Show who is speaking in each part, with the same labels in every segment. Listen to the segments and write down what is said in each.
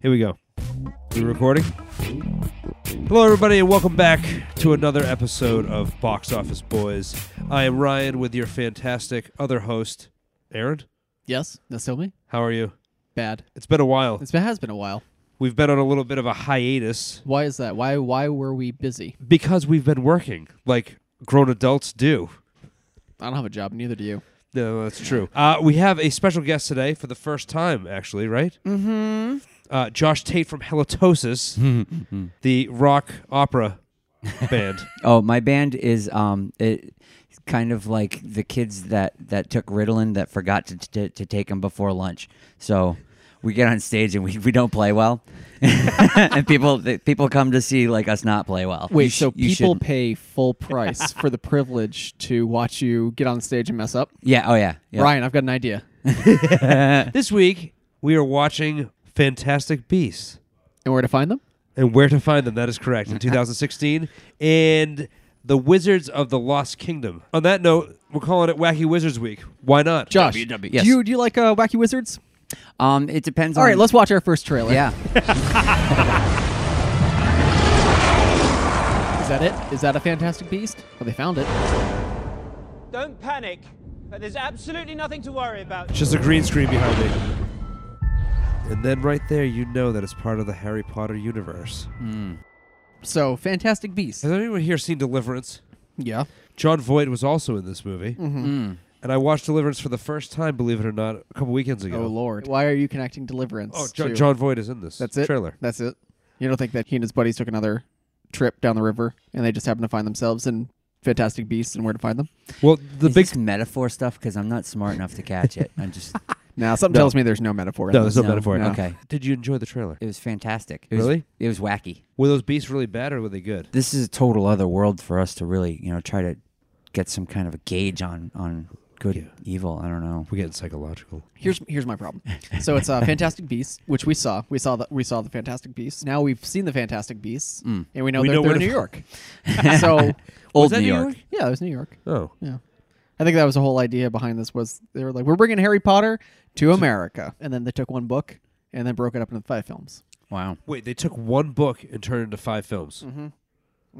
Speaker 1: Here we go. We recording? Hello, everybody, and welcome back to another episode of Box Office Boys. I am Ryan with your fantastic other host, Aaron.
Speaker 2: Yes, that's still me.
Speaker 1: How are you?
Speaker 2: Bad.
Speaker 1: It's been a while.
Speaker 2: It's been, has been a while.
Speaker 1: We've been on a little bit of a hiatus
Speaker 2: Why is that? Why why were we busy?
Speaker 1: because we've been working like grown adults do.
Speaker 2: I don't have a job. Neither do you.
Speaker 1: No, that's true. Uh, we have a special guest today for the first time, actually, right? Mm-hmm. Uh, Josh Tate from Halitosis, the rock opera band.
Speaker 3: Oh, my band is um it kind of like the kids that that took Ritalin that forgot to to, to take them before lunch. So we get on stage and we, we don't play well, and people th- people come to see like us not play well.
Speaker 2: Wait,
Speaker 3: You sh-
Speaker 2: so
Speaker 3: you
Speaker 2: people
Speaker 3: shouldn't.
Speaker 2: pay full price for the privilege to watch you get on stage and mess up?
Speaker 3: yeah, oh yeah, yeah.
Speaker 2: Ryan, I've got an idea.
Speaker 1: This week, we are watching Fantastic Beasts
Speaker 2: And where to find them?
Speaker 1: and Where to Find Them. That is correct. In 2016. And The Wizards of the Lost Kingdom. On that note, we're calling it Wacky Wizards Week. Why not?
Speaker 2: Josh,
Speaker 3: WW,
Speaker 2: do you
Speaker 3: E. yes.
Speaker 2: do you like uh, wacky wizards?
Speaker 3: Um, it depends.
Speaker 2: All
Speaker 3: on,
Speaker 2: right, let's watch our first trailer.
Speaker 3: Yeah,
Speaker 2: is that it? Is that a Fantastic Beast? Well, they found it.
Speaker 4: Don't panic, but there's absolutely nothing to worry about.
Speaker 1: It's just a green screen behind me. And then right there, you know that it's part of the Harry Potter universe.
Speaker 2: So Fantastic Beast.
Speaker 1: Has anyone here seen Deliverance?
Speaker 2: Yeah.
Speaker 1: John Voight was also in this movie. Mm-hmm.
Speaker 2: Mm.
Speaker 1: And I watched Deliverance for the first time, believe it or not, a couple weekends ago.
Speaker 2: Oh Lord, why are you connecting Deliverance?
Speaker 1: Oh, Jo-
Speaker 2: to-
Speaker 1: John Voight is in this
Speaker 2: That's it.
Speaker 1: trailer.
Speaker 2: That's it. You don't think that he and his buddies took another trip down the river and they just happened to find themselves in Fantastic Beasts and where to find them?
Speaker 1: Well, the
Speaker 3: is
Speaker 1: big
Speaker 3: this metaphor stuff because I'm not smart enough to catch it. I'm just
Speaker 2: Now, something tells me there's no metaphor. in
Speaker 1: No,
Speaker 2: this.
Speaker 1: there's no,
Speaker 3: No,
Speaker 1: metaphor.
Speaker 3: no. Okay.
Speaker 1: Did you enjoy the trailer?
Speaker 3: it was fantastic. It was,
Speaker 1: Really?
Speaker 3: it was wacky.
Speaker 1: Were those beasts really bad or were they good?
Speaker 3: This is a total other world for us to really you know try to get some kind of a gauge on on good evil. I don't know.
Speaker 1: We're getting psychological.
Speaker 2: Here's here's my problem. So it's uh, Fantastic Beasts, which we saw. We saw the we saw the Fantastic Beasts. Now we've seen the Fantastic Beasts, and we know
Speaker 1: Mm. We
Speaker 2: they're,
Speaker 1: know
Speaker 2: they're
Speaker 1: where
Speaker 2: in
Speaker 1: to
Speaker 2: New York. so
Speaker 3: Old
Speaker 1: that
Speaker 3: New
Speaker 1: New
Speaker 3: York.
Speaker 1: York?
Speaker 2: yeah, it was New York.
Speaker 1: Oh.
Speaker 2: Yeah, I think that was the whole idea behind this. Was they were like, we're bringing Harry Potter to America, and then they took one book and then broke it up into five films.
Speaker 3: Wow.
Speaker 1: Wait, they took one book and turned it into five films. Mm-hmm.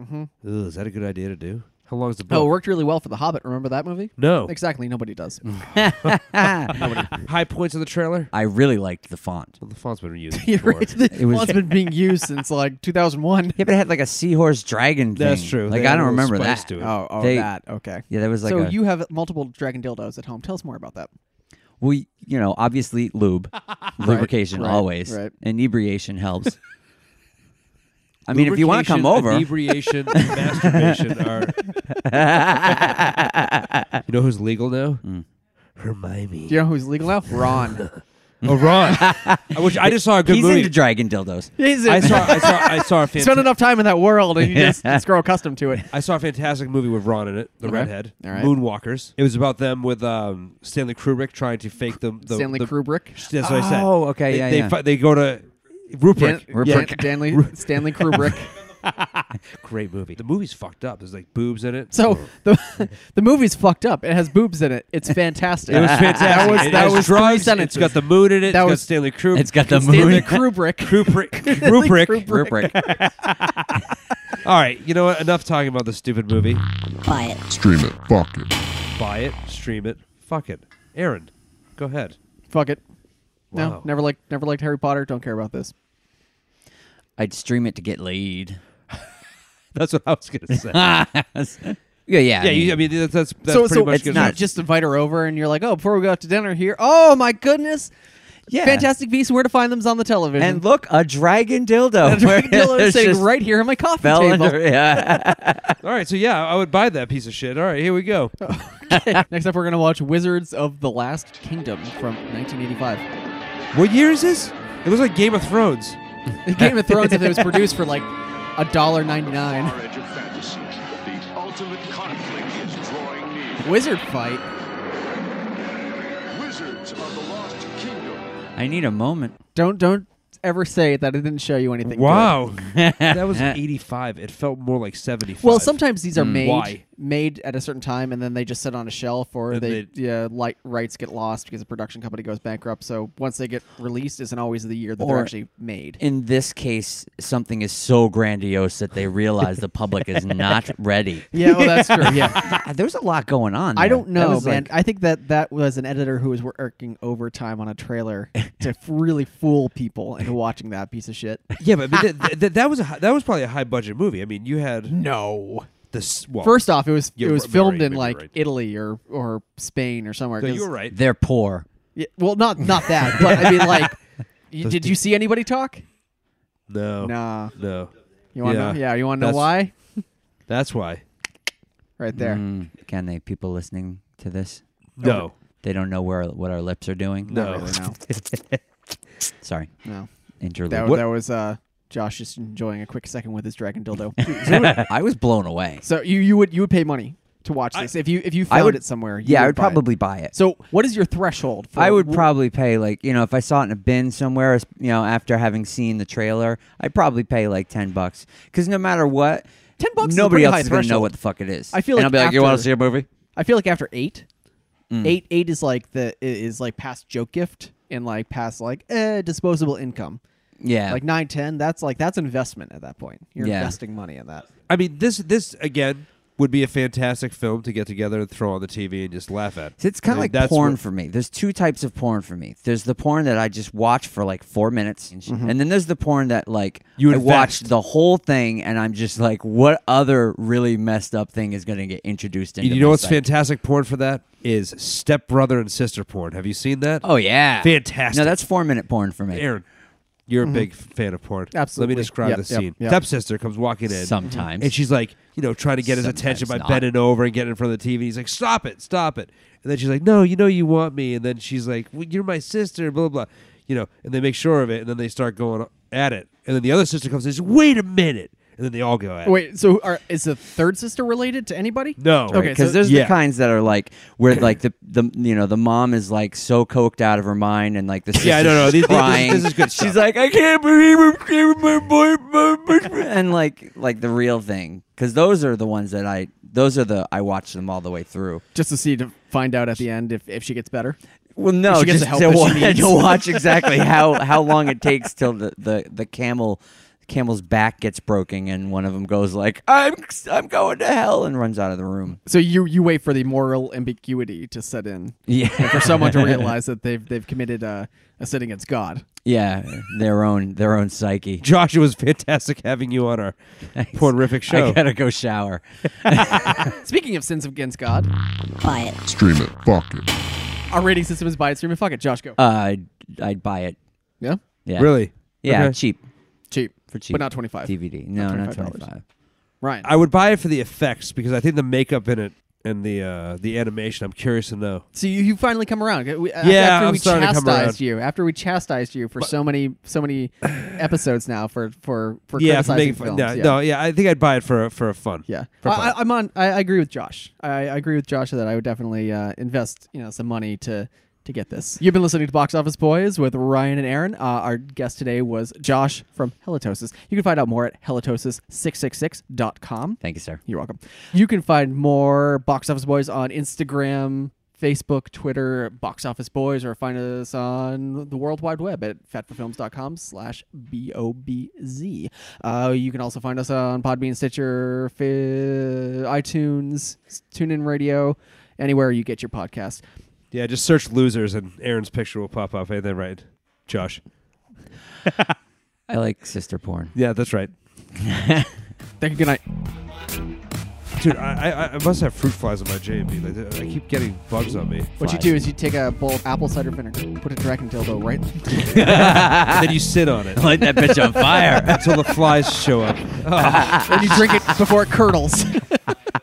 Speaker 1: Mm-hmm. Ugh, is that a good idea to do? How long is the book?
Speaker 2: Oh, it worked really well for The Hobbit. Remember that movie?
Speaker 1: no.
Speaker 2: Exactly. Nobody does.
Speaker 1: High points of the trailer?
Speaker 3: I really liked the font.
Speaker 1: Well, the font's been reused
Speaker 2: You're
Speaker 1: before.
Speaker 2: right. The
Speaker 3: It was-
Speaker 2: font's been being used since like 2001.
Speaker 3: Yeah, but it had like a seahorse dragon thing.
Speaker 1: That's true.
Speaker 3: Like
Speaker 1: They had
Speaker 3: I
Speaker 1: a
Speaker 3: don't
Speaker 1: little
Speaker 3: remember
Speaker 1: spice
Speaker 3: that.
Speaker 1: to it.
Speaker 2: Oh, oh,
Speaker 3: They-
Speaker 2: that. Okay.
Speaker 3: Yeah, there was like
Speaker 2: so
Speaker 3: a
Speaker 2: you have multiple dragon dildos at home. Tell us more about that.
Speaker 3: well, you know, obviously lube, lubrication
Speaker 2: right,
Speaker 3: always,
Speaker 2: right.
Speaker 3: inebriation helps. I mean, if you want to come over,
Speaker 1: Inebriation and masturbation are. you know who's legal now?
Speaker 3: Mm.
Speaker 1: Hermione.
Speaker 2: Do you know who's legal now? Ron.
Speaker 1: Oh, Ron. I, wish, I just saw a good
Speaker 3: he's
Speaker 1: movie.
Speaker 3: into dragon dildos.
Speaker 2: He's
Speaker 1: I saw, I saw, I saw a fantastic.
Speaker 2: spend enough time in that world and you just, just grow accustomed to it.
Speaker 1: I saw a fantastic movie with Ron in it, the
Speaker 2: Okay.
Speaker 1: redhead,
Speaker 2: All right.
Speaker 1: Moonwalkers. It was about them with um, Stanley Kubrick trying to fake the, the
Speaker 2: Stanley
Speaker 1: the-
Speaker 2: Kubrick.
Speaker 1: That's what I said.
Speaker 3: Oh, okay,
Speaker 1: They,
Speaker 3: yeah,
Speaker 1: they,
Speaker 3: yeah.
Speaker 1: fi- they go to Rupert.
Speaker 2: Dan, Dan,
Speaker 3: Rubric.
Speaker 2: Danley, Stanley Kubrick.
Speaker 1: Great movie. The movie's fucked up. There's like boobs in it.
Speaker 2: So the the movie's fucked up. It has boobs in it. It's fantastic.
Speaker 1: it was fantastic.
Speaker 2: That was
Speaker 1: It
Speaker 2: that
Speaker 1: has
Speaker 2: was three
Speaker 1: drugs, It's
Speaker 2: sentences.
Speaker 1: got the mood in it.
Speaker 2: That
Speaker 1: it's
Speaker 2: was-
Speaker 1: got Stanley Kubrick.
Speaker 3: It's got the
Speaker 2: Stanley
Speaker 3: moon
Speaker 2: Kubrick.
Speaker 1: Kubrick. Kubrick.
Speaker 3: rubric.
Speaker 1: All right, you know what? Enough talking about this stupid movie.
Speaker 5: Buy it.
Speaker 6: Stream it. Fuck it.
Speaker 1: Buy it, stream it, fuck it. Aaron, go ahead.
Speaker 2: Fuck it.
Speaker 1: Wow.
Speaker 2: No, never liked never liked Harry Potter. Don't care about this.
Speaker 3: I'd stream it to get laid.
Speaker 1: That's what I was gonna say.
Speaker 3: Yeah, yeah.
Speaker 1: yeah, you, I mean that's that's, that's
Speaker 2: so
Speaker 1: pretty
Speaker 2: so
Speaker 1: much
Speaker 2: it's
Speaker 1: good.
Speaker 2: not just invite her over and you're like, oh, before we go out to dinner here, oh my goodness,
Speaker 3: yeah.
Speaker 2: Fantastic Beasts, where to find them's on the television.
Speaker 3: And look, a dragon dildo.
Speaker 2: And Drake Dillon is
Speaker 3: It's
Speaker 2: sitting
Speaker 3: just
Speaker 2: right here on my coffee
Speaker 3: fell
Speaker 2: table.
Speaker 3: under- yeah.
Speaker 1: All right, so yeah, I would buy that piece of shit. All right, here we go.
Speaker 2: Next up, we're gonna watch Wizards of the Last Kingdom from 1985.
Speaker 1: What year is this? It looks like Game of Thrones.
Speaker 2: Game of Thrones, if it was produced for like a dollar ninety-nine,
Speaker 7: Edge of fantasy. The ultimate conflict is drawing near.
Speaker 2: wizard fight.
Speaker 7: Wizards of the Lost Kingdom.
Speaker 3: I need a moment.
Speaker 2: Don't don't ever say that it didn't show you anything.
Speaker 1: Wow, that was '85. It felt more like
Speaker 2: good.
Speaker 1: '75.
Speaker 2: Well, sometimes these are made
Speaker 1: mm, Why?
Speaker 2: made at a certain time and then they just sit on a shelf or
Speaker 1: And
Speaker 2: they,
Speaker 1: they-
Speaker 2: yeah light rights get lost because the production company goes bankrupt. So once they get released isn't always the year that
Speaker 3: Or-
Speaker 2: they're actually made.
Speaker 3: In this case, something is so grandiose that they realize the public is not ready.
Speaker 2: yeah, well that's true. Yeah.
Speaker 3: Ah, There's a lot going on.
Speaker 2: I
Speaker 3: there.
Speaker 2: don't
Speaker 3: That
Speaker 2: know,
Speaker 3: was
Speaker 2: man.
Speaker 3: like-
Speaker 2: I think that that was an editor who was working overtime on a trailer to f- really fool people into watching that piece of shit.
Speaker 1: Yeah, but I mean, th- th- that was a hi- that was probably a high budget movie. I mean, you had
Speaker 2: No.
Speaker 1: this well,
Speaker 2: First off, it was
Speaker 1: Yeah,
Speaker 2: it was
Speaker 1: right, right,
Speaker 2: filmed in
Speaker 1: maybe
Speaker 2: like
Speaker 1: right.
Speaker 2: Italy or or Spain or somewhere.
Speaker 1: No,
Speaker 2: 'cause-
Speaker 1: you were right.
Speaker 3: they're poor.
Speaker 2: Yeah, well, not not that, but I mean like. You, did you see anybody talk?
Speaker 1: No,
Speaker 2: Nah.
Speaker 1: no,
Speaker 2: You want to
Speaker 1: Yeah.
Speaker 2: know? Yeah. You want to know
Speaker 1: That's-
Speaker 2: why?
Speaker 1: that's why.
Speaker 2: Right there.
Speaker 3: Mm, can they? People listening to this,
Speaker 1: No,
Speaker 3: they don't know where what our lips are doing.
Speaker 1: No.
Speaker 2: Not really, no.
Speaker 3: Sorry,
Speaker 2: No.
Speaker 3: interlude.
Speaker 2: That,
Speaker 3: What-
Speaker 2: that was uh, Josh just enjoying a quick second with his dragon dildo.
Speaker 3: I was blown away.
Speaker 2: so you you would you would pay money to watch this if you if you
Speaker 3: I
Speaker 2: found
Speaker 3: would-
Speaker 2: it somewhere. you
Speaker 3: Yeah, I would
Speaker 2: buy it.
Speaker 3: probably buy it.
Speaker 2: So, what is your threshold? For
Speaker 3: I would
Speaker 2: wh-
Speaker 3: probably pay like you know if I saw it in a bin somewhere, as- you know, after having seen the trailer, I'd probably pay like ten bucks because no matter what,
Speaker 2: 10 bucks is a
Speaker 3: nobody
Speaker 2: pretty
Speaker 3: else
Speaker 2: high
Speaker 3: is gonna know
Speaker 2: threshold.
Speaker 3: what the fuck it is.
Speaker 2: I feel
Speaker 3: and
Speaker 2: like
Speaker 3: I'll be like, you want
Speaker 2: after-
Speaker 3: to see a movie?
Speaker 2: I feel like after eight, eight, eight is like the i- is like past joke gift and like past like eh, disposable income.
Speaker 3: Yeah,
Speaker 2: Like nine, ten, that's like that's investment at that point. You're
Speaker 3: Yeah.
Speaker 2: investing money in that.
Speaker 1: I mean this this again would be a fantastic film to get together and throw on the TV and just laugh at.
Speaker 3: So it's kind
Speaker 1: I mean,
Speaker 3: of like
Speaker 1: that's
Speaker 3: porn
Speaker 1: what-
Speaker 3: for me. There's two types of porn for me. There's the porn that I just watch for like four minutes,
Speaker 2: Mm-hmm.
Speaker 3: and then there's the porn that like
Speaker 1: You
Speaker 3: I watched
Speaker 1: invest.
Speaker 3: the whole thing, and I'm just like, what other really messed up thing is going to get introduced into?
Speaker 1: you know
Speaker 3: my
Speaker 1: what's
Speaker 3: psyche?
Speaker 1: fantastic porn for that is stepbrother and sister porn. Have you seen that?
Speaker 3: Oh yeah,
Speaker 1: Fantastic.
Speaker 3: No, that's four minute porn for me.
Speaker 1: Aaron. You're a big f- fan of porn.
Speaker 2: mm-hmm. Absolutely.
Speaker 1: Let me describe
Speaker 2: Yep,
Speaker 1: the
Speaker 2: yep,
Speaker 1: scene.
Speaker 2: yep.
Speaker 1: Stepsister comes walking in.
Speaker 3: Sometimes.
Speaker 1: And she's like, you know, trying to get his attention by
Speaker 3: Sometimes not.
Speaker 1: bending over and getting in front of the TV. He's like, stop it, stop it. And then she's like, no, you know you want me. And then she's like, well, you're my sister, blah, blah, blah. You know, and they make sure of it. And then they start going at it. And then the other sister comes in and says, wait a minute. And then they all go at it.
Speaker 2: Wait, so are, is the third sister related to anybody?
Speaker 1: No.
Speaker 2: Okay,
Speaker 3: because
Speaker 2: so-
Speaker 3: there's
Speaker 1: Yeah.
Speaker 3: the kinds that are like where like the the you know the mom is like so coked out of her mind and like the
Speaker 1: Yeah, I
Speaker 3: sister's
Speaker 1: don't know. These- these-
Speaker 3: crying.
Speaker 1: this is good stuff.
Speaker 3: She's like, I can't believe I'm giving my boy my- my- my-" and like like the real thing because those are the ones that I those are the I watch them all the way through.
Speaker 2: Just to see to find out at the end if, if she gets better.
Speaker 3: Well, no,
Speaker 2: She gets
Speaker 3: just
Speaker 2: the help that
Speaker 3: to,
Speaker 2: she
Speaker 3: wa-
Speaker 2: needs.
Speaker 3: to watch exactly how how long it takes till the the the camel. Camel's back gets broken, and one of them goes like, "I'm I'm going to hell," and runs out of the room.
Speaker 2: So you you wait for the moral ambiguity to set in
Speaker 3: Yeah,
Speaker 2: for someone to realize that they've they've committed a, a sin against God.
Speaker 3: Yeah, their own their own psyche.
Speaker 1: Josh, it was fantastic having you on our pornific show.
Speaker 3: I gotta go shower.
Speaker 2: Speaking of sins against God,
Speaker 5: Quiet.
Speaker 6: Stream it. Fuck it.
Speaker 2: our rating system is biased. Streaming, fuck it, Josh, go.
Speaker 3: Uh, I'd, I'd buy it.
Speaker 2: yeah,
Speaker 3: Yeah,
Speaker 1: Really?
Speaker 3: Yeah,
Speaker 1: Okay.
Speaker 3: cheap
Speaker 2: cheap
Speaker 3: for cheap.
Speaker 2: but not twenty five.
Speaker 3: DVD. No, not
Speaker 2: $25.
Speaker 3: twenty five.
Speaker 2: Ryan,
Speaker 1: I would buy it for the effects because I think the makeup in it and the uh, the animation. I'm curious to know.
Speaker 2: So you, you finally come around. We, yeah,
Speaker 1: Yeah,
Speaker 2: after
Speaker 1: I'm
Speaker 2: we
Speaker 1: starting to
Speaker 2: chastised
Speaker 1: come around.
Speaker 2: you, after we chastised you for so many so many episodes now for for for
Speaker 1: yeah, for
Speaker 2: criticizing
Speaker 1: making
Speaker 2: films.
Speaker 1: fun. No,
Speaker 2: yeah.
Speaker 1: no, yeah. I think I'd buy it for for fun.
Speaker 2: Yeah.
Speaker 1: for fun.
Speaker 2: I, I- I'm on. I, I agree with Josh. I, I agree with Josh that I would definitely uh, invest you know some money to to get this. You've been listening to Box Office Boys with Ryan and Aaron. Uh, our guest today was Josh from Helitosis. You can find out more at helitosis666.com.
Speaker 3: Thank you, sir.
Speaker 2: You're welcome. You can find more Box Office Boys on Instagram, Facebook, Twitter, Box Office Boys, or find us on the World Wide Web at fatforfilms.com slash B-O-B-Z. Uh, you can also find us on Podbean, Stitcher, Fi- iTunes, TuneIn Radio, anywhere you get your podcast.
Speaker 1: yeah. Just search losers and Aaron's picture will pop up. Ain't that right, Josh?
Speaker 3: I like sister porn.
Speaker 1: Yeah, that's right.
Speaker 2: Thank you. Good night.
Speaker 1: Dude, I, I, I must have fruit flies on my JB. Like, I keep getting bugs on me.
Speaker 2: What you
Speaker 3: Flies.
Speaker 2: do is you take a bowl of apple cider vinegar, put a dragon dildo right.
Speaker 1: And then you sit on it
Speaker 3: Light that bitch on fire.
Speaker 1: until the flies show up.
Speaker 2: and you drink it before it curdles.